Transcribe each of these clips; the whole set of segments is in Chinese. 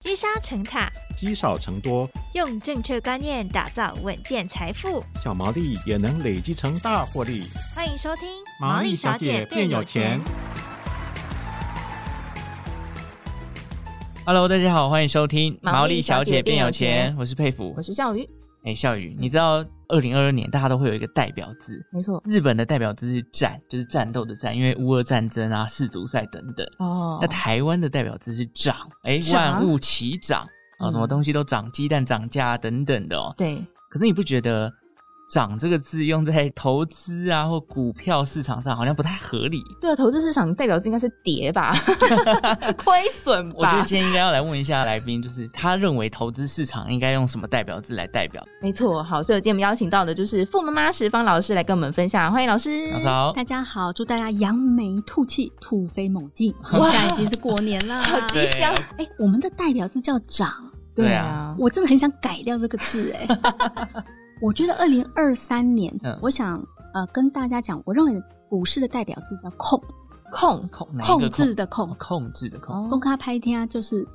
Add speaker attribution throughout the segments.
Speaker 1: 积沙成塔，
Speaker 2: 积少成多，
Speaker 1: 用正确观念打造稳健财富。
Speaker 2: 小毛利也能累积成大获利。
Speaker 1: 欢迎收听《
Speaker 2: 毛利小姐变有钱》。
Speaker 3: Hello，大家好，欢迎收听《
Speaker 4: 毛利
Speaker 3: 毛利小
Speaker 4: 小姐
Speaker 3: 姐变
Speaker 4: 变
Speaker 3: 有
Speaker 4: 有
Speaker 3: 钱》，
Speaker 4: 钱
Speaker 3: 我是佩服
Speaker 4: 我。是笑鱼，
Speaker 3: 哎、笑宇，你知道二零二二年大家都会有一个代表字，
Speaker 4: 没错。
Speaker 3: 日本的代表字是战，就是战斗的战，因为乌俄战争啊、世足赛等等。
Speaker 4: 哦
Speaker 3: 那，台湾的代表字是涨，哎、
Speaker 4: 涨
Speaker 3: 万物齐涨啊，
Speaker 4: 嗯
Speaker 3: 什么东西都涨，鸡蛋涨价、啊、等等的哦。
Speaker 4: 对，
Speaker 3: 可是你不觉得“涨”这个字用在投资啊或股票市场上好像不太合理？
Speaker 4: 对啊，投资市场代表字应该是跌吧，亏损
Speaker 3: 我觉得
Speaker 4: 吧，
Speaker 3: 今天应该要来问一下来宾，就是他认为投资市场应该用什么代表字来代表？
Speaker 4: 没错。好，所以今天我们邀请到的就是傅妈妈石方老师来跟我们分享，欢迎老师。
Speaker 3: 老曹，
Speaker 5: 大家好，祝大家扬眉吐气，突飞猛进。
Speaker 4: 哇
Speaker 5: 现在已经是过年啦，
Speaker 4: 好吉祥，
Speaker 5: 哎、我们的代表字叫长，
Speaker 3: 对啊
Speaker 4: 对啊，
Speaker 5: 我真的很想改掉这个字哎、我觉得二零二三年，
Speaker 3: 嗯
Speaker 5: 我想呃跟大家讲，我认为股市的代表字叫控，
Speaker 4: 控
Speaker 3: 控哪一个
Speaker 5: 控制的控
Speaker 3: 控，啊控制的控，
Speaker 5: 公开拍天啊，就是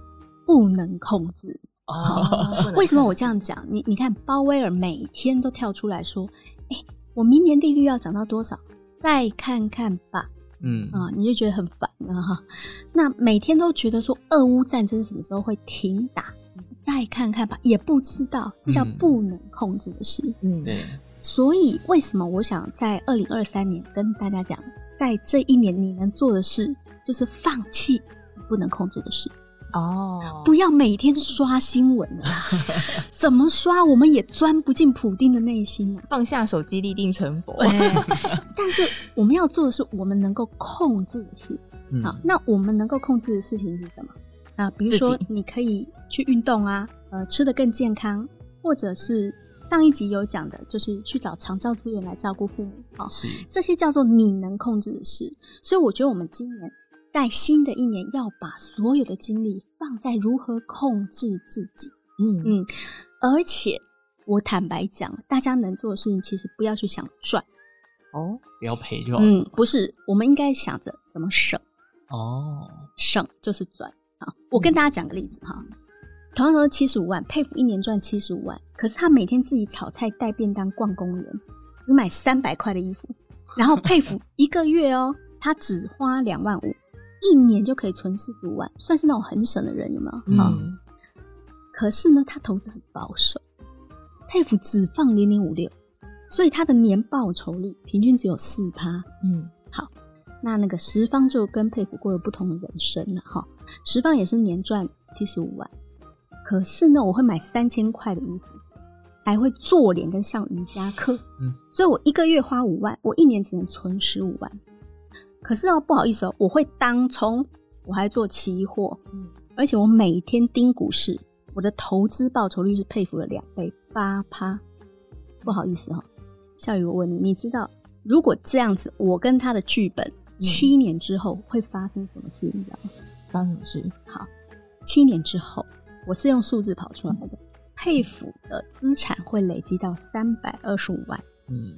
Speaker 5: 不能控制。
Speaker 4: 哦
Speaker 5: 为什么我这样讲？你你看，鲍威尔每天都跳出来说，哎、我明年利率要涨到多少？再看看吧。
Speaker 3: 嗯
Speaker 5: 啊、你就觉得很烦啊哈。那每天都觉得说俄乌战争什么时候会停打，再看看吧，也不知道，这叫
Speaker 3: 嗯
Speaker 5: 不能控制的事。
Speaker 4: 嗯，
Speaker 3: 对，
Speaker 5: 所以为什么我想在二零二三年跟大家讲，在这一年你能做的事就是放弃你不能控制的事，
Speaker 4: 哦，
Speaker 5: 不要每天刷新闻啊，怎么刷我们也钻不进普丁的内心啊。
Speaker 4: 放下手机，立定成佛。
Speaker 5: 但是我们要做的是我们能够控制的事。
Speaker 3: 嗯
Speaker 5: 好，那我们能够控制的事情是什么？啊，比如说
Speaker 4: 自己
Speaker 5: 你可以去运动啊，呃，吃得更健康，或者是上一集有讲的，就是去找长照资源来照顾父母啊、哦，
Speaker 3: 是
Speaker 5: 这些叫做你能控制的事。所以我觉得我们今年在新的一年要把所有的精力放在如何控制自己，
Speaker 4: 嗯，
Speaker 5: 嗯，而且我坦白讲，大家能做的事情其实不要去想赚，
Speaker 4: 哦，
Speaker 3: 不要赔就好了
Speaker 5: 嗯，不是，我们应该想着怎么省。
Speaker 3: 哦，
Speaker 5: 省就是赚啊。我跟大家讲个例子哈，同样都是七十五万，佩服一年赚七十五万，可是他每天自己炒菜、带便当、逛公园，只买三百块的衣服，然后佩服一个月哦，他只花两万五，一年就可以存四十五万，算是那种很省的人有没有？啊
Speaker 3: 嗯，
Speaker 5: 可是呢，他投资很保守，佩服只放零零五六，所以他的年报酬率平均只有四趴。
Speaker 4: 嗯，
Speaker 5: 那那个十方就跟佩服过有不同的人生了哈。十方也是年赚七十五万，可是呢，我会买三千块的衣服，还会做脸跟上瑜伽课，
Speaker 3: 嗯，
Speaker 5: 所以我一个月花五万，我一年只能存十五万。可是哦，不好意思哦，我会当冲，我还做期货，
Speaker 4: 嗯
Speaker 5: 而且我每天盯股市，我的投资报酬率是佩服了两倍，八趴。不好意思哈、哦，笑宇，我问你，你知道如果这样子，我跟他的剧本七年之后会发生什么事？你知道吗？
Speaker 4: 发生什么事？
Speaker 5: 七年之后，我是用数字跑出来的。佩服的资产会累积到三百二十五万，
Speaker 3: 嗯，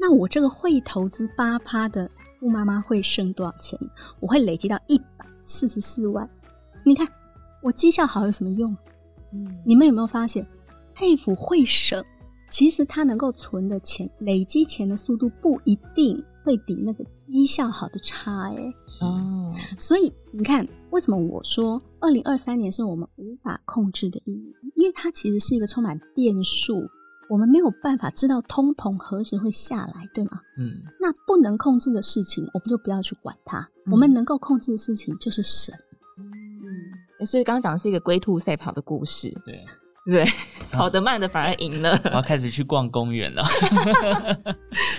Speaker 5: 那我这个会投资八趴的富妈妈会剩多少钱？我会累积到一百四十四万。你看我绩效好有什么用？
Speaker 4: 嗯，
Speaker 5: 你们有没有发现，佩服会省，其实他能够存的钱、累积钱的速度不一定会比那个绩效好的差哎、
Speaker 3: 是
Speaker 4: 哦，
Speaker 5: 所以你看，为什么我说二零二三年是我们无法控制的一年？因为它其实是一个充满变数，我们没有办法知道通膨何时会下来，对吗？
Speaker 3: 嗯，
Speaker 5: 那不能控制的事情，我们就不要去管它。
Speaker 4: 嗯
Speaker 5: 我们能够控制的事情就是省。
Speaker 4: 诶所以刚刚讲的是一个龟兔赛跑的故事，
Speaker 3: 对，
Speaker 4: 对不对，跑得慢的反而赢了。
Speaker 3: 我要开始去逛公园了。
Speaker 5: 嗯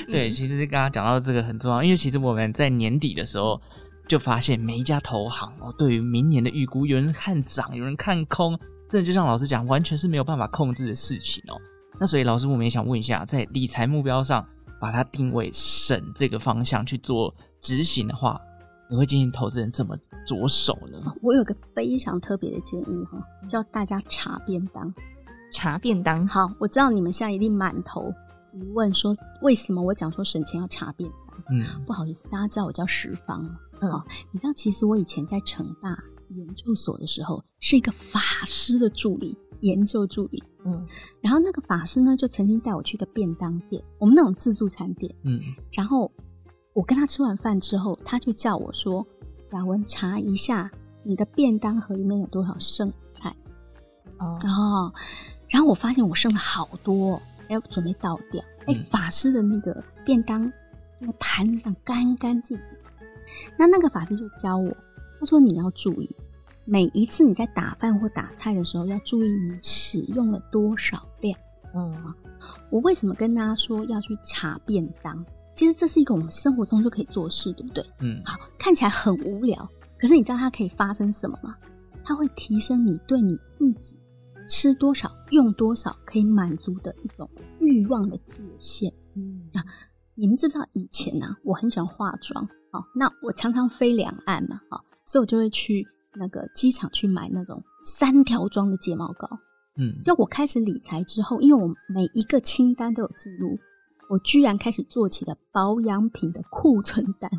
Speaker 3: 对，其实刚刚讲到这个很重要，因为其实我们在年底的时候就发现每一家投行哦，对于明年的预估，有人看涨，有人看空，真的就像老师讲，完全是没有办法控制的事情哦。那所以老师，我们也想问一下，在理财目标上把它定位省这个方向去做执行的话，你会建议投资人怎么着手呢？
Speaker 5: 我有个非常特别的建议哈，叫大家查便当。
Speaker 4: 茶便当，
Speaker 5: 好，我知道你们现在一定满头疑问，说为什么我讲说省钱要查便当？
Speaker 3: 嗯
Speaker 5: 不好意思，大家知道我叫十方吗？
Speaker 4: 嗯
Speaker 5: 好，你知道其实我以前在成大研究所的时候，是一个法师的助理，研究助理。
Speaker 4: 嗯
Speaker 5: 然后那个法师呢，就曾经带我去一个便当店，我们那种自助餐店。
Speaker 3: 嗯，
Speaker 5: 然后我跟他吃完饭之后，他就叫我说：“雅文，查一下你的便当盒里面有多少剩菜。”
Speaker 4: 哦
Speaker 5: 哦，然后我发现我剩了好多哦，哎，我准备倒掉。哎，
Speaker 3: 嗯
Speaker 5: 法师的那个便当那个盘子上干干净净。那那个法师就教我，他说你要注意，每一次你在打饭或打菜的时候，要注意你使用了多少量。
Speaker 4: 嗯
Speaker 5: 我为什么跟大家说要去查便当？其实这是一个我们生活中就可以做的事，对不对？
Speaker 3: 嗯，
Speaker 5: 好，看起来很无聊，可是你知道它可以发生什么吗？它会提升你对你自己吃多少、用多少可以满足的一种欲望的界限。
Speaker 4: 嗯
Speaker 5: 你们知不知道以前呢、我很喜欢化妆，哦，那我常常飞两岸嘛，哦，所以我就会去那个机场去买那种三条装的睫毛膏。
Speaker 3: 嗯，
Speaker 5: 就我开始理财之后，因为我每一个清单都有记录，我居然开始做起了保养品的库存单。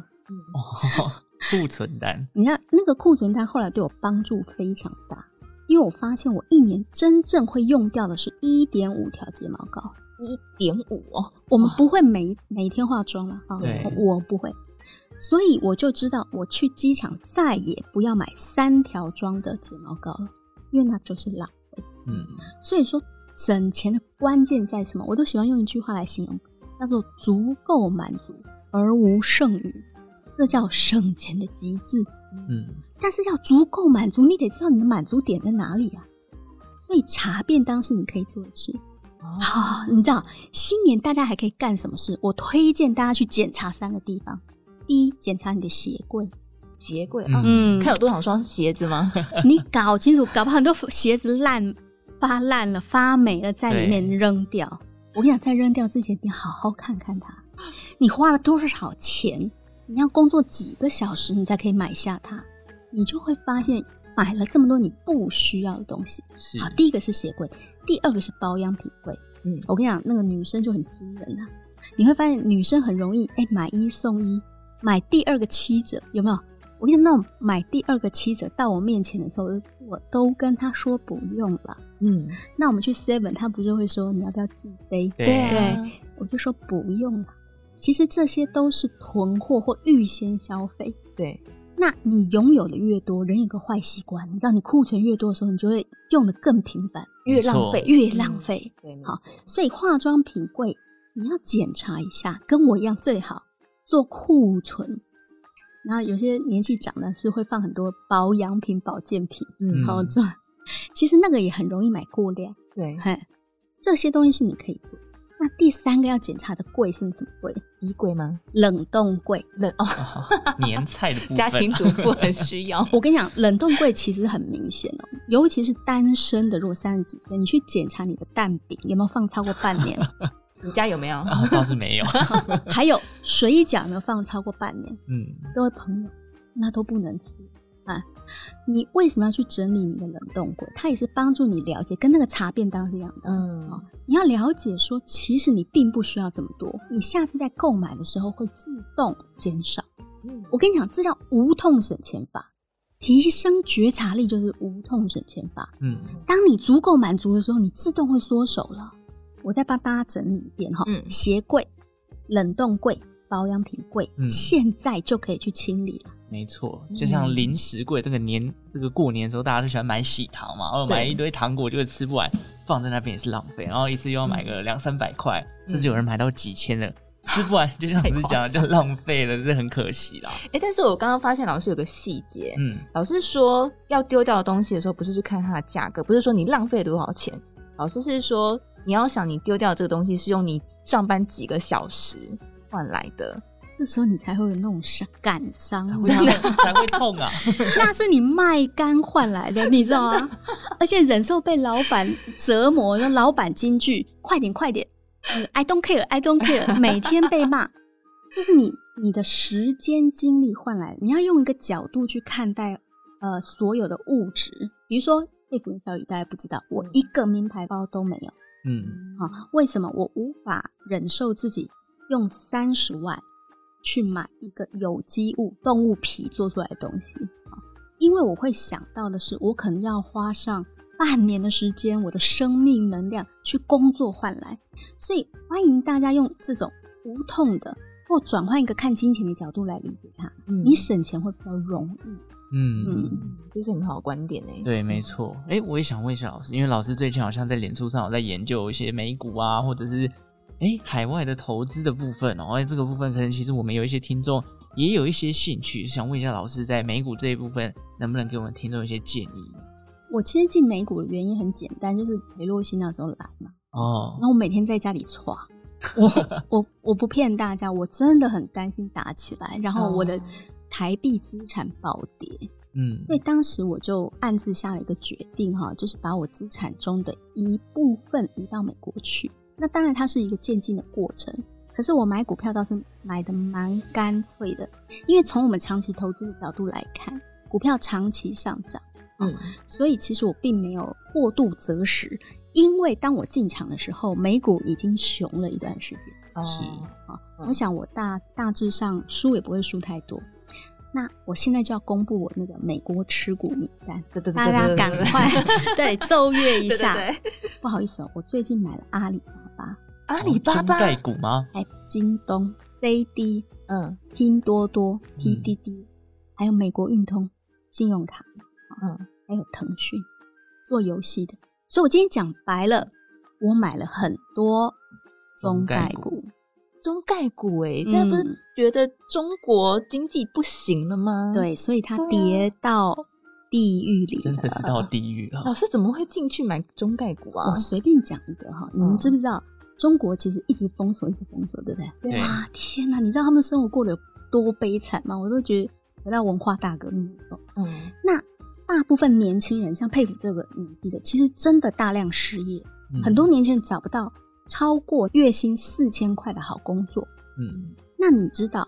Speaker 3: 哦，库存单，
Speaker 5: 你看那个库存单后来对我帮助非常大，因为我发现我一年真正会用掉的是一点五条睫毛膏。
Speaker 4: 一点五哦，
Speaker 5: 我们不会每每天化妆了哈
Speaker 3: 对，
Speaker 5: 我不会，所以我就知道我去机场再也不要买三条装的睫毛膏了，因为那就是浪费。
Speaker 3: 嗯，
Speaker 5: 所以说，省钱的关键在什么？我都喜欢用一句话来形容，叫做“足够满足而无剩余”，这叫省钱的极致。
Speaker 3: 嗯，
Speaker 5: 但是要足够满足，你得知道你的满足点在哪里啊。所以查便当是你可以做的事。
Speaker 4: 哦
Speaker 5: 好、你知道新年大家还可以干什么事？我推荐大家去检查三个地方。第一，检查你的鞋柜，
Speaker 4: 鞋柜啊，
Speaker 5: 嗯
Speaker 4: 看有多少双鞋子 吗？
Speaker 5: 你搞清楚，搞不好很多鞋子烂、发烂了、发霉了，在里面
Speaker 3: 对
Speaker 5: 扔掉。我跟你讲，在扔掉之前，你好好看看它，你花了多少钱，你要工作几个小时，你才可以买下它，你就会发现买了这么多你不需要的东西。
Speaker 3: 是，
Speaker 5: 好，第一个是鞋柜，第二个是保养品柜。
Speaker 4: 嗯
Speaker 5: 我跟你讲，那个女生就很惊人啊！你会发现女生很容易，哎、买一送一，买第二个七折，有没有？我跟你讲，那种买第二个七折到我面前的时候，我就我都跟她说不用了。
Speaker 4: 嗯，
Speaker 5: 那我们去 Seven，她不是会说你要不要自卑？
Speaker 3: 对，
Speaker 4: 啊，
Speaker 5: 我就说不用了。其实这些都是囤货或预先消费。
Speaker 4: 对，
Speaker 5: 那你拥有的越多，人有个坏习惯，你知道，你库存越多的时候，你就会用的更频繁，
Speaker 4: 越浪费
Speaker 3: 没
Speaker 5: 越浪费。
Speaker 4: 对，没
Speaker 5: 好
Speaker 4: 错
Speaker 5: 所以化妆品柜你要检查一下，跟我一样最好做库存。然后有些年纪长的是会放很多保养品、保健品，
Speaker 4: 嗯，
Speaker 5: 好做。其实那个也很容易买过量，
Speaker 4: 对，
Speaker 5: 嘿，这些东西是你可以做。那第三个要检查的柜是什么柜？
Speaker 4: 衣柜 吗？
Speaker 5: 冷冻柜。
Speaker 4: 冷哦，
Speaker 3: 年菜的部分，哦
Speaker 4: 家庭主 妇很需要
Speaker 5: 我跟你讲，冷冻柜其实很明显哦，尤其是单身的，如果三十几岁，你去检查你的蛋饼有没有放超过半年，
Speaker 4: 你家有没有？
Speaker 3: 啊倒是没 有，
Speaker 5: 还有水饺有没有放超过半年。
Speaker 3: 嗯，
Speaker 5: 各位朋友，那都不能吃啊！你为什么要去整理你的冷冻柜？它也是帮助你了解，跟那个茶便当是一样的。
Speaker 4: 嗯
Speaker 5: 哦，你要了解说，其实你并不需要这么多，你下次在购买的时候会自动减少。
Speaker 4: 嗯
Speaker 5: 我跟你讲，这叫无痛省钱法，提升觉察力就是无痛省钱法。
Speaker 3: 嗯，
Speaker 5: 当你足够满足的时候，你自动会缩手了。我再帮大家整理一遍哈，
Speaker 4: 嗯
Speaker 5: 鞋柜、冷冻柜、保养品柜，
Speaker 3: 嗯
Speaker 5: 现在就可以去清理了。
Speaker 3: 没错，就
Speaker 4: 嗯
Speaker 3: 像零食柜，这个年这个过年的时候，大家都喜欢买喜糖嘛，然后
Speaker 4: 对
Speaker 3: 买一堆糖果就吃不完，放在那边也是浪费，然后一次又要
Speaker 4: 嗯
Speaker 3: 买个两三百块，甚至有人买到几千的，吃不 完，就像我们讲的，就浪费了，这很可惜啦。
Speaker 4: 哎，但是我刚刚发现老师有个细节，
Speaker 3: 嗯，
Speaker 4: 老师说要丢掉的东西的时候，不是去看它的价格，不是说你浪费了多少钱，老师是说你要想你丢掉这个东西是用你上班几个小时换来的，
Speaker 5: 这时候你才会有那种伤感伤，
Speaker 3: 才
Speaker 5: 你
Speaker 3: 会
Speaker 4: 嗯
Speaker 5: 知道吗
Speaker 3: 才会痛 啊。
Speaker 5: 那是你卖肝换来的，你知道 吗？而且忍受被老板折磨，那老板金句“快点，快点”，那个 I don't care，I don't care，每 天被骂，这是你你的时间精力换来的。你要用一个角度去看待呃所有的物质，比如说佩服林小雨，大家不知道，我一个名牌包都没有。
Speaker 3: 嗯，
Speaker 5: 啊，为什么我无法忍受自己用三十万去买一个有机物动物皮做出来的东西？啊，因为我会想到的是，我可能要花上半年的时间，我的生命能量去工作换来。所以欢迎大家用这种无痛的或转换一个看金钱的角度来理解它，
Speaker 4: 嗯
Speaker 5: 你省钱会比较容易。
Speaker 3: 嗯，
Speaker 5: 嗯，
Speaker 4: 这是很好的观点欸呢。
Speaker 3: 对，没错。哎、我也想问一下老师，因为老师最近好像在脸书上有在研究一些美股啊，或者是哎、海外的投资的部分哦。哎，这个部分可能其实我们有一些听众也有一些兴趣，想问一下老师，在美股这一部分能不能给我们听众一些建议？
Speaker 5: 我其实进美股的原因很简单，就是裴洛西那时候来嘛，
Speaker 3: 哦，
Speaker 5: 那我每天在家里刷。我我我不骗大家，我真的很担心打起来，然后我的
Speaker 4: 哦
Speaker 5: 台币资产暴跌，
Speaker 3: 嗯，
Speaker 5: 所以当时我就暗自下了一个决定哈，就是把我资产中的一部分移到美国去。那当然它是一个渐进的过程，可是我买股票倒是买的蛮干脆的，因为从我们长期投资的角度来看，股票长期上涨，哦
Speaker 4: 嗯，
Speaker 5: 所以其实我并没有过度择时，因为当我进场的时候，美股已经熊了一段时间。
Speaker 4: 哦
Speaker 3: 是
Speaker 4: 嗯
Speaker 5: 我想我大大致上输也不会输太多。那我现在就要公布我那个美国持股名单，
Speaker 4: 对对对，
Speaker 5: 大家
Speaker 4: 对
Speaker 5: 赶快 对 奏乐
Speaker 4: 对
Speaker 5: 一
Speaker 4: 对
Speaker 5: 下。
Speaker 4: 对
Speaker 5: 不好意思哦，我最近买了阿里巴巴、
Speaker 4: 阿里巴巴
Speaker 3: 哦中，概股吗？
Speaker 5: 还有京东、JD、
Speaker 4: 嗯
Speaker 5: 拼多多、PDD，、还有美国运通、信用卡，
Speaker 4: 嗯，
Speaker 5: 还有腾讯做游戏的。所以我今天讲白了，我买了很多中概
Speaker 3: 中概
Speaker 5: 股
Speaker 3: 股。
Speaker 4: 中概股哎，
Speaker 5: 嗯
Speaker 4: 大家不是觉得中国经济不行了吗？，
Speaker 5: 对，所以它
Speaker 4: 对啊
Speaker 5: 跌到地狱里
Speaker 3: 真的是
Speaker 5: 了。
Speaker 3: 到地狱了
Speaker 4: 老。师怎么会进去买中概股啊
Speaker 5: 哦我？随便讲一个哈，你们
Speaker 4: 嗯
Speaker 5: 知不知道中国其实一直封锁，一直封锁，对不对？
Speaker 4: 对啊
Speaker 3: 对
Speaker 5: 哇，天哪！你知道他们生活过得有多悲惨吗？我都觉得回到文化大革命的时候，
Speaker 4: 嗯
Speaker 5: 那大部分年轻人像佩服这个年纪的，其实真的大量失业，
Speaker 3: 嗯
Speaker 5: 很多年轻人找不到超过月薪四千块的好工作。
Speaker 3: 嗯
Speaker 5: 那你知道，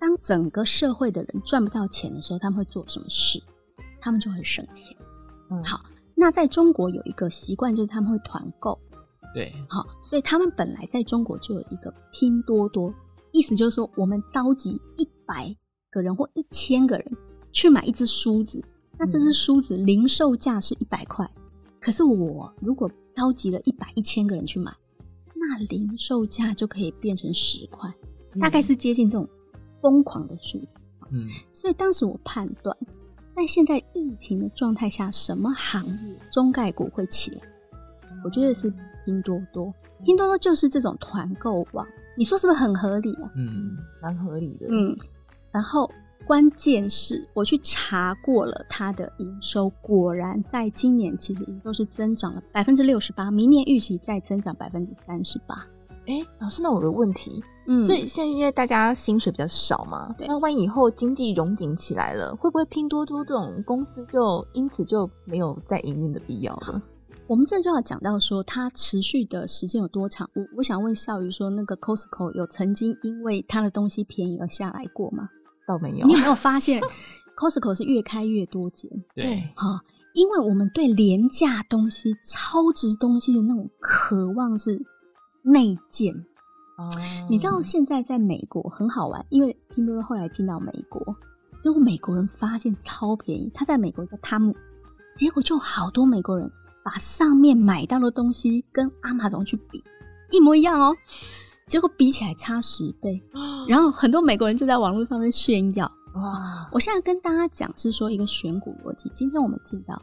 Speaker 5: 当整个社会的人赚不到钱的时候，他们会做什么事？他们就很省钱。
Speaker 4: 嗯，
Speaker 5: 好那在中国有一个习惯，就是他们会团购，
Speaker 3: 对，
Speaker 5: 好、所以他们本来在中国就有一个拼多多，意思就是说，我们召集一百个人或一千个人去买一只梳子，那这只梳子零售价是一百块，可是我如果召集了一百一千个人去买，那零售价就可以变成十块，大概是接近这种疯狂的数字。
Speaker 3: 嗯
Speaker 5: 所以当时我判断，在现在疫情的状态下，什么行业中概股会起来？我觉得是拼多多。拼多多就是这种团购网，你说是不是很合理啊？
Speaker 3: 嗯，
Speaker 4: 蛮合理的，
Speaker 5: 嗯，然后关键是我去查过了它的营收，果然在今年其实营收是增长了百分之六十八，明年预期再增长百分之三十八。
Speaker 4: 哎，老师，那我有个问题，
Speaker 5: 嗯，
Speaker 4: 所以现在因为大家薪水比较少嘛，
Speaker 5: 对
Speaker 4: 那万一以后经济融景起来了，会不会拼多多这种公司就因此就没有再营运的必要了？
Speaker 5: 啊我们这就要讲到说，它持续的时间有多长？我我想问笑鱼说，那个 Costco 有曾经因为它的东西便宜而下来过吗？
Speaker 4: 倒没有
Speaker 5: 你，有没有发现 Costco 是越开越多间
Speaker 3: 对，
Speaker 5: 哈、因为我们对廉价东西、超值东西的那种渴望是内建。
Speaker 4: 哦
Speaker 5: 你知道现在在美国很好玩，因为拼多多后来进到美国，结果美国人发现超便宜，他在美国叫汤姆，结果就好多美国人把上面买到的东西跟阿玛总去比，一模一样哦，结果比起来差十倍，然后很多美国人就在网络上面炫耀。
Speaker 4: 哇，
Speaker 5: 我现在跟大家讲是说一个选股逻辑，今天我们进到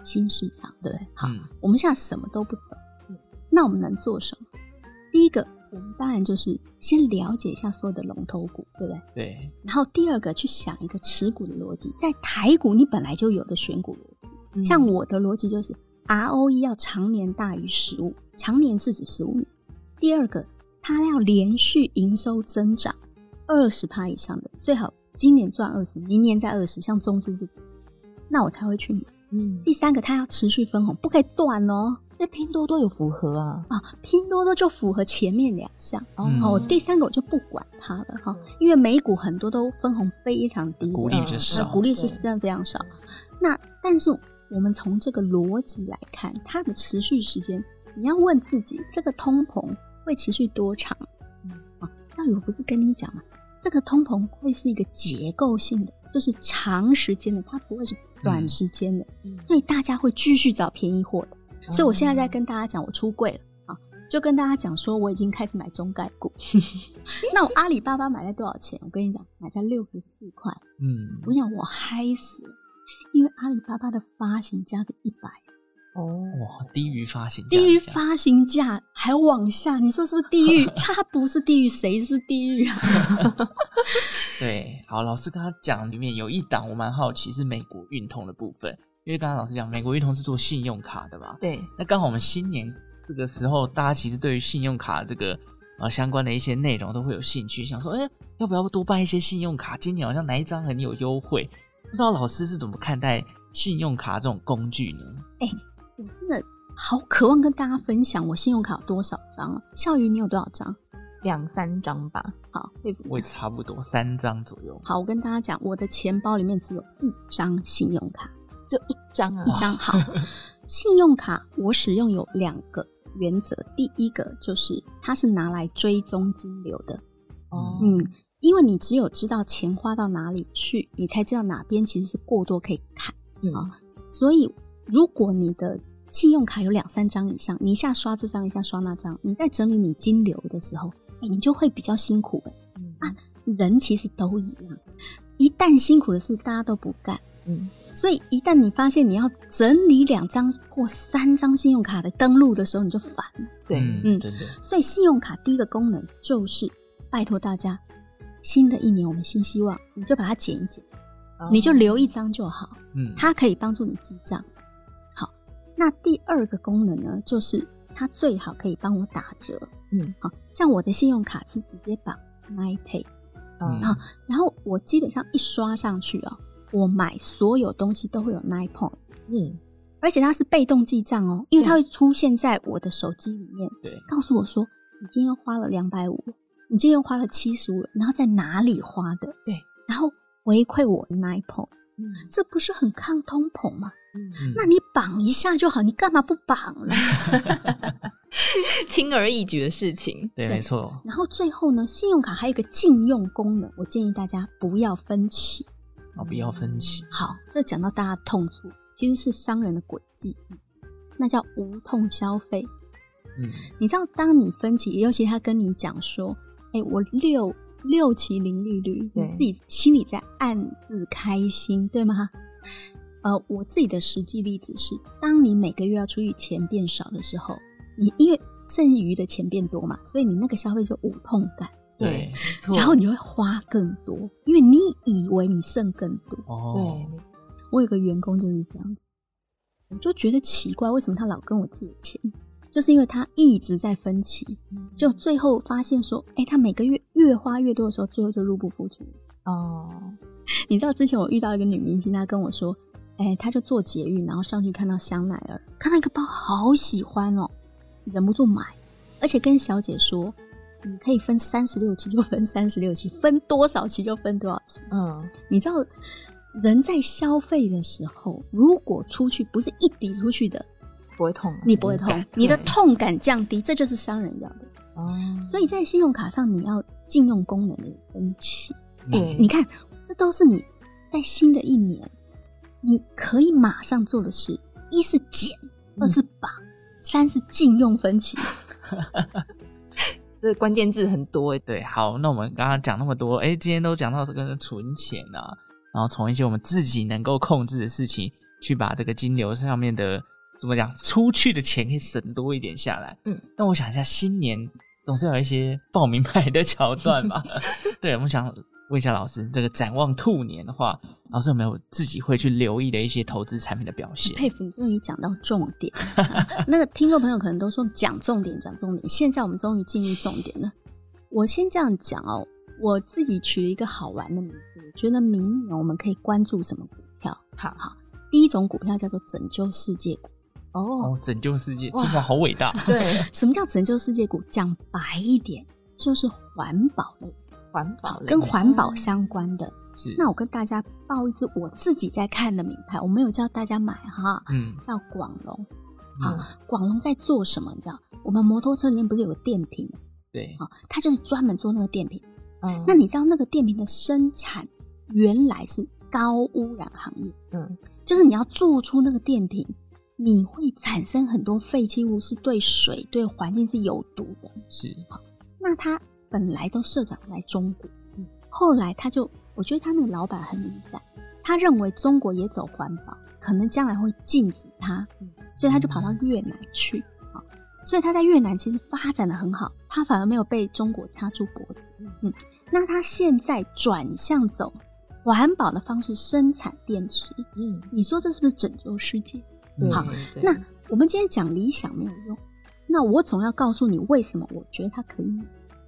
Speaker 5: 新市场，对不对？好，
Speaker 3: 嗯
Speaker 5: 我们现在什么都不懂
Speaker 4: 嗯，
Speaker 5: 那我们能做什么？第一个，我们当然就是先了解一下所有的龙头股，对不对？
Speaker 3: 对，
Speaker 5: 然后第二个，去想一个持股的逻辑，在台股你本来就有的选股逻辑，
Speaker 4: 嗯
Speaker 5: 像我的逻辑就是 ROE 要常年大于十五，常年是指十五年。第二个，它要连续营收增长二十趴以上的，最好今年赚二十，明年再二十，像中珠这种，那我才会去买。
Speaker 4: 嗯，
Speaker 5: 第三个，它要持续分红，不可以断哦。
Speaker 4: 那拼多多有符合啊，
Speaker 5: 啊，拼多多就符合前面两项。
Speaker 3: 嗯
Speaker 5: 哦，我第三个我就不管它了哈，因为美股很多都分红非常低的，
Speaker 3: 股利比较
Speaker 5: 呃
Speaker 3: 少，
Speaker 5: 股利是
Speaker 4: 嗯对
Speaker 5: 真的非常少。那但是我们从这个逻辑来看，它的持续时间，你要问自己，这个通膨会持续多长？啊，教宇我不是跟你讲嘛，这个通膨会是一个结构性的，就是长时间的，它不会是短时间的，所以大家会继续找便宜货的。所以我现在在跟大家讲，我出柜了啊，就跟大家讲说我已经开始买中概股。 那我阿里巴巴买在多少钱？我跟你讲，买在六十四块。
Speaker 3: 嗯，
Speaker 5: 我跟你讲，我嗨死了，因为阿里巴巴的发行价是一百，
Speaker 4: 哦，
Speaker 3: 哇，低于发行价这样，
Speaker 5: 低于发行价还往下，你说是不是地 狱？它不是地狱，谁是地狱啊？
Speaker 3: 对，好，老师刚刚讲里面有一档我蛮好奇是美国运通的部分，因为刚刚老师讲美国运通是做信用卡的吧？
Speaker 4: 对，
Speaker 3: 那刚好我们新年这个时候，大家其实对于信用卡这个呃相关的一些内容都会有兴趣，想说，哎、要不要多办一些信用卡？今年好像哪一张很有优惠？不知道老师是怎么看待信用卡这种工具呢？
Speaker 5: 我真的好渴望跟大家分享我信用卡有多少张啊！笑宇，你有多少张？
Speaker 4: 两三张吧。
Speaker 5: 好，佩服你
Speaker 3: 我也差不多三张左右，
Speaker 5: 好，我跟大家讲，我的钱包里面只有一张信用卡，
Speaker 4: 就一张啊
Speaker 5: 一张 好。信用卡我使用有两个原则，第一个就是它是拿来追踪金流的，
Speaker 4: 哦，
Speaker 5: 嗯，因为你只有知道钱花到哪里去，你才知道哪边其实是过多可以砍。
Speaker 4: 嗯
Speaker 5: 好所以，如果你的信用卡有两三张以上，你一下刷这张，一下刷那张，你在整理你金流的时候，哎、你就会比较辛苦、哎，
Speaker 4: 嗯
Speaker 5: 人其实都一样，一旦辛苦的事大家都不干，
Speaker 4: 嗯，
Speaker 5: 所以一旦你发现你要整理两张或三张信用卡的登录的时候，你就烦了。
Speaker 4: 对，
Speaker 3: 嗯，
Speaker 5: 嗯
Speaker 3: 真的，
Speaker 5: 所以信用卡第一个功能就是拜托大家，新的一年我们新希望，你就把它剪一剪，
Speaker 4: 哦
Speaker 5: 你就留一张就好，
Speaker 3: 嗯，
Speaker 5: 它可以帮助你记账。好，那第二个功能呢，就是它最好可以帮我打折。
Speaker 4: 嗯，
Speaker 5: 好像我的信用卡是直接绑 My Pay，
Speaker 4: 嗯
Speaker 5: 好然后我基本上一刷上去哦，我买所有东西都会有 Nine Point，
Speaker 4: 嗯，
Speaker 5: 而且它是被动记账哦，因为它会出现在我的手机里面，
Speaker 3: 对，
Speaker 5: 告诉我说你今天又花了两百五，你今天又花了七十五，然后在哪里花的？
Speaker 4: 对，
Speaker 5: 然后回馈我 Nine Point，
Speaker 4: 嗯
Speaker 5: 这不是很抗通膨吗？
Speaker 3: 嗯
Speaker 5: 那你绑一下就好，你干嘛不绑 呢？
Speaker 4: 轻而易举的事情，
Speaker 3: 对，没错，
Speaker 5: 然后最后呢，信用卡还有一个禁用功能，我建议大家不要分期。
Speaker 3: 我哦不要分歧，
Speaker 5: 好，这讲到大家的痛处，其实是商人的诡计，嗯那叫无痛消费。
Speaker 3: 嗯，
Speaker 5: 你知道，当你分期，尤其他跟你讲说，哎、我六六期零利率，
Speaker 4: 对
Speaker 5: 你自己心里在暗自开心，对吗？呃，我自己的实际例子是，当你每个月要出去钱变少的时候，你因为剩余的钱变多嘛，所以你那个消费就无痛感，
Speaker 3: 对，
Speaker 4: 对没错
Speaker 5: 然后你会花更多，因为你以为你剩更多。
Speaker 3: 哦
Speaker 4: 对，，没错
Speaker 5: 我有个员工就是这样子，我就觉得奇怪，为什么他老跟我借钱？就是因为他一直在分期，就最后发现说，哎、他每个月越花越多的时候，最后就入不敷出。
Speaker 4: 哦，
Speaker 5: 你知道之前我遇到一个女明星，她跟我说，哎、她就做捷运，然后上去看到香奈儿，看到一个包好喜欢哦，忍不住买，而且跟小姐说，你可以分三十六期 就分三十六期，分多少期就分多少期。
Speaker 4: 嗯，
Speaker 5: 你知道，人在消费的时候，如果出去不是一笔出去的，
Speaker 4: 不会痛啊，
Speaker 5: 你不会
Speaker 3: 敏
Speaker 5: 痛
Speaker 3: 感，
Speaker 5: 你的痛感降低，这就是商人要的。
Speaker 4: 哦，
Speaker 5: 所以在信用卡上，你要禁用功能的分期。
Speaker 3: 嗯
Speaker 4: 对，
Speaker 5: 你看，这都是你在新的一年，你可以马上做的事：一是减，二是绑，三是禁用分期。
Speaker 4: 这关键字很多哎，
Speaker 3: 对，好，那我们刚刚讲那么多，哎，今天都讲到这个存钱啊，然后从一些我们自己能够控制的事情，去把这个金流上面的怎么讲，出去的钱可以省多一点下来。
Speaker 4: 嗯，
Speaker 3: 那我想一下，新年总是要有一些报名牌的桥段 吧？对，我们想问一下老师，这个展望兔年的话，老师有没有自己会去留意的一些投资产品的表现？
Speaker 5: 佩服你，终于讲到重 点。那个听众朋友可能都说讲重点，讲重点。现在我们终于进入重点了。我先这样讲哦，我自己取了一个好玩的名字，我觉得明年我们可以关注什么股票？
Speaker 4: 好
Speaker 5: 好，第一种股票叫做拯救世界股。
Speaker 4: 哦
Speaker 3: 哦，，拯救世界，听
Speaker 4: 哇
Speaker 3: 起来好伟大。
Speaker 4: 对，
Speaker 5: 什么叫拯救世界股？讲白一点，就是环保类，
Speaker 4: 环保类
Speaker 5: 跟环保相关的。
Speaker 3: 是，
Speaker 5: 那我跟大家报一支我自己在看的名牌，我没有叫大家买哈，
Speaker 3: 嗯
Speaker 5: 叫广隆。
Speaker 3: 嗯，
Speaker 5: 广隆在做什么？你知道，我们摩托车里面不是有个电瓶吗？
Speaker 3: 对，
Speaker 5: 哦，它就是专门做那个电瓶。
Speaker 4: 嗯
Speaker 5: 那你知道那个电瓶的生产原来是高污染行业，
Speaker 4: 嗯，
Speaker 5: 就是你要做出那个电瓶，你会产生很多废弃物，是对水、对环境是有毒的。
Speaker 3: 是
Speaker 5: 那他本来都设厂在中国，嗯后来他就，我觉得他那个老板很敏感，他认为中国也走环保，可能将来会禁止他，嗯所以他就跑到越南去啊、所以他在越南其实发展的很好，他反而没有被中国掐住脖子。嗯，那他现在转向走环保的方式生产电池，
Speaker 4: 嗯，
Speaker 5: 你说这是不是拯救世界？
Speaker 3: 嗯
Speaker 4: 对
Speaker 5: 好，
Speaker 4: 对
Speaker 5: 那我们今天讲理想没有用，那我总要告诉你为什么我觉得它可以买。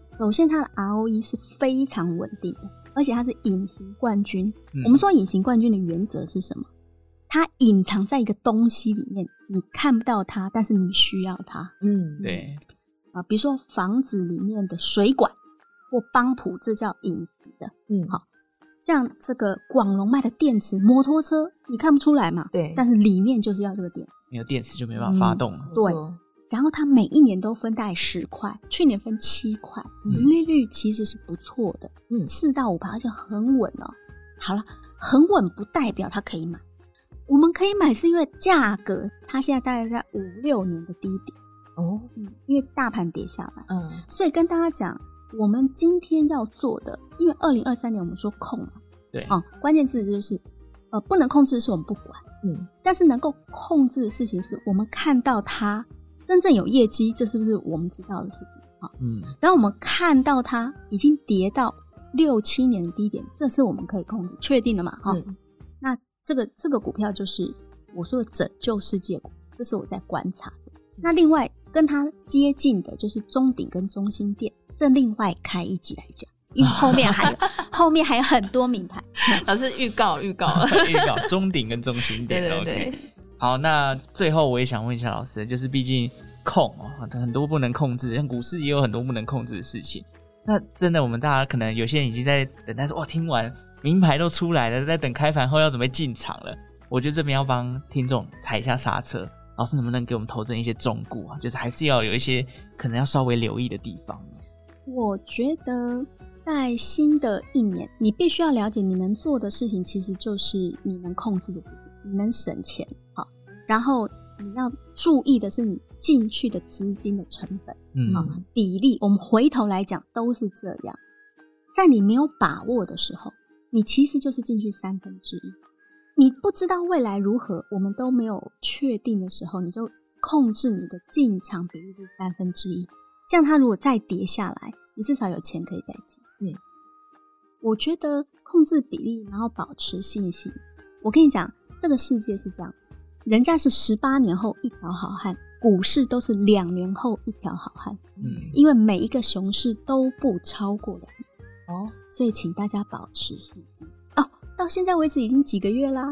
Speaker 5: 首先，它的 ROE 是非常稳定的，而且它是隐形冠军。
Speaker 3: 嗯
Speaker 5: 我们说隐形冠军的原则是什么？它隐藏在一个东西里面，你看不到它，但是你需要它啊、
Speaker 4: 嗯，
Speaker 3: 对，
Speaker 5: 比如说房子里面的水管或帮浦，这叫隐形的。
Speaker 4: 嗯
Speaker 5: 好像这个广隆卖的电池、摩托车，你看不出来嘛？
Speaker 4: 对
Speaker 5: 但是里面就是要这个电池。
Speaker 3: 没有电池就没
Speaker 4: 嗯
Speaker 3: 办法发动了。
Speaker 4: 没
Speaker 5: 对
Speaker 4: 错
Speaker 5: 然后它每一年都分大概十块，去年分七块，殖利率其实是不错的，
Speaker 4: 嗯
Speaker 5: 四到五趴，而且很稳哦。好了，很稳不代表它可以买，我们可以买是因为价格它现在大概在五六年的低点，
Speaker 4: 哦，
Speaker 5: 嗯，因为大盘跌下来，
Speaker 4: 嗯
Speaker 5: 所以跟大家讲，我们今天要做的，因为二零二三年我们说控嘛，
Speaker 3: 对
Speaker 4: 哦
Speaker 5: 啊、关键字就是呃不能控制的事我们不管。
Speaker 4: 嗯
Speaker 5: 但是能够控制的事情是我们看到它真正有业绩，这是不是我们知道的事情啊？
Speaker 3: 嗯，
Speaker 5: 然后我们看到它已经跌到六七年的低点，这是我们可以控制确定的嘛？哈、
Speaker 4: 嗯
Speaker 5: 那这个这个股票就是我说的拯救世界股，这是我在观察的。那另外跟它接近的就是中鼎跟中心店，这另外开一集来讲，因为后面还有后面还有很多名牌。
Speaker 4: 老师预告预告了，
Speaker 3: 预告中顶跟中心点
Speaker 4: 对对
Speaker 3: OK
Speaker 4: 对，
Speaker 3: 好，那最后我也想问一下老师，就是毕竟控哦，很多不能控制，像股市也有很多不能控制的事情。那真的，我们大家可能有些人已经在等待说，哇，听完名牌都出来了，在等开盘后要准备进场了。我觉得这边要帮听众踩一下刹车，老师能不能给我们投赠一些重股啊？就是还是要有一些可能要稍微留意的地方。
Speaker 5: 我觉得在新的一年，你必须要了解你能做的事情，其实就是你能控制的事情，你能省钱好，然后你要注意的是你进去的资金的成本
Speaker 3: 嗯，
Speaker 4: 嗯
Speaker 5: 比例。我们回头来讲都是这样，在你没有把握的时候，你其实就是进去三分之一。你不知道未来如何，我们都没有确定的时候，你就控制你的进场比例是三分之一。这样它如果再跌下来，你至少有钱可以再进。
Speaker 4: 嗯，
Speaker 5: 我觉得控制比例，然后保持信心。我跟你讲，这个世界是这样，人家是十八年后一条好汉，股市都是两年后一条好汉，
Speaker 3: 嗯
Speaker 5: 因为每一个熊市都不超过两年，
Speaker 4: 哦，
Speaker 5: 所以请大家保持信心。哦，到现在为止已经几个月啦，，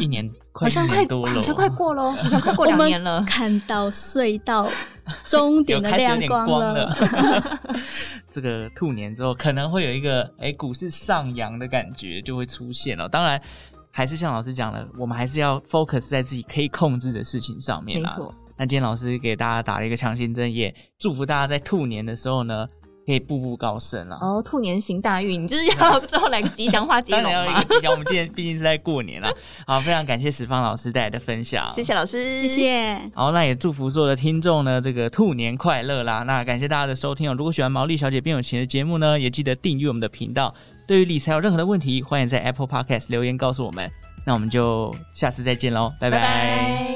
Speaker 3: 一年 快
Speaker 4: 好
Speaker 3: 一
Speaker 4: 像快
Speaker 3: 年多了哦，
Speaker 4: 好像快过喽，好像快过两年了
Speaker 5: 看到隧道 终
Speaker 3: 有
Speaker 5: 点的
Speaker 3: 开始有
Speaker 5: 亮
Speaker 3: 点
Speaker 5: 光
Speaker 3: 光
Speaker 5: 了。
Speaker 3: 这个兔年之后可能会有一个哎股市上扬的感觉就会出现了、当然，还是像老师讲的，我们还是要 focus 在自己可以控制的事情上面
Speaker 4: 没
Speaker 3: 啦。
Speaker 4: 错，
Speaker 3: 那今天老师给大家打了一个强心针，也祝福大家在兔年的时候呢，可以步步高升了。
Speaker 4: 哦，兔年行大运，你就是要 最后来个吉祥话接
Speaker 3: 当
Speaker 4: 龙
Speaker 3: 然要有
Speaker 4: 嘛
Speaker 3: 一，个吉祥，我们今天毕竟是在过年了。好，非常感谢石方老师带来的分享，
Speaker 4: 谢谢老师，
Speaker 5: 谢谢。
Speaker 3: 好，那也祝福所有的听众呢，这个兔年快乐啦！那感谢大家的收听哦。如果喜欢《毛利小姐变有钱》的节目呢，也记得订阅我们的频道。对于理财有任何的问题，欢迎在 Apple Podcast 留言告诉我们。那我们就下次再见喽，拜拜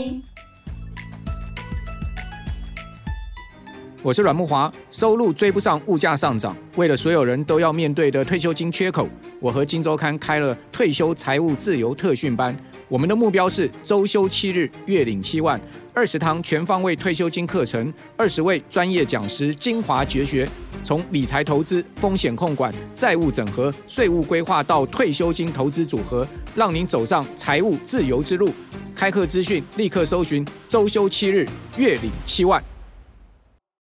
Speaker 6: 我是阮木华，收入追不上物价上涨，为了所有人都要面对的退休金缺口，我和金周刊开了退休财务自由特训班。我们的目标是周休七日，月领七万，二十堂全方位退休金课程，二十位专业讲师精华绝学，从理财投资、风险控管、债务整合、税务规划到退休金投资组合，让您走上财务自由之路。开课资讯立刻搜寻周休七日，月领七万。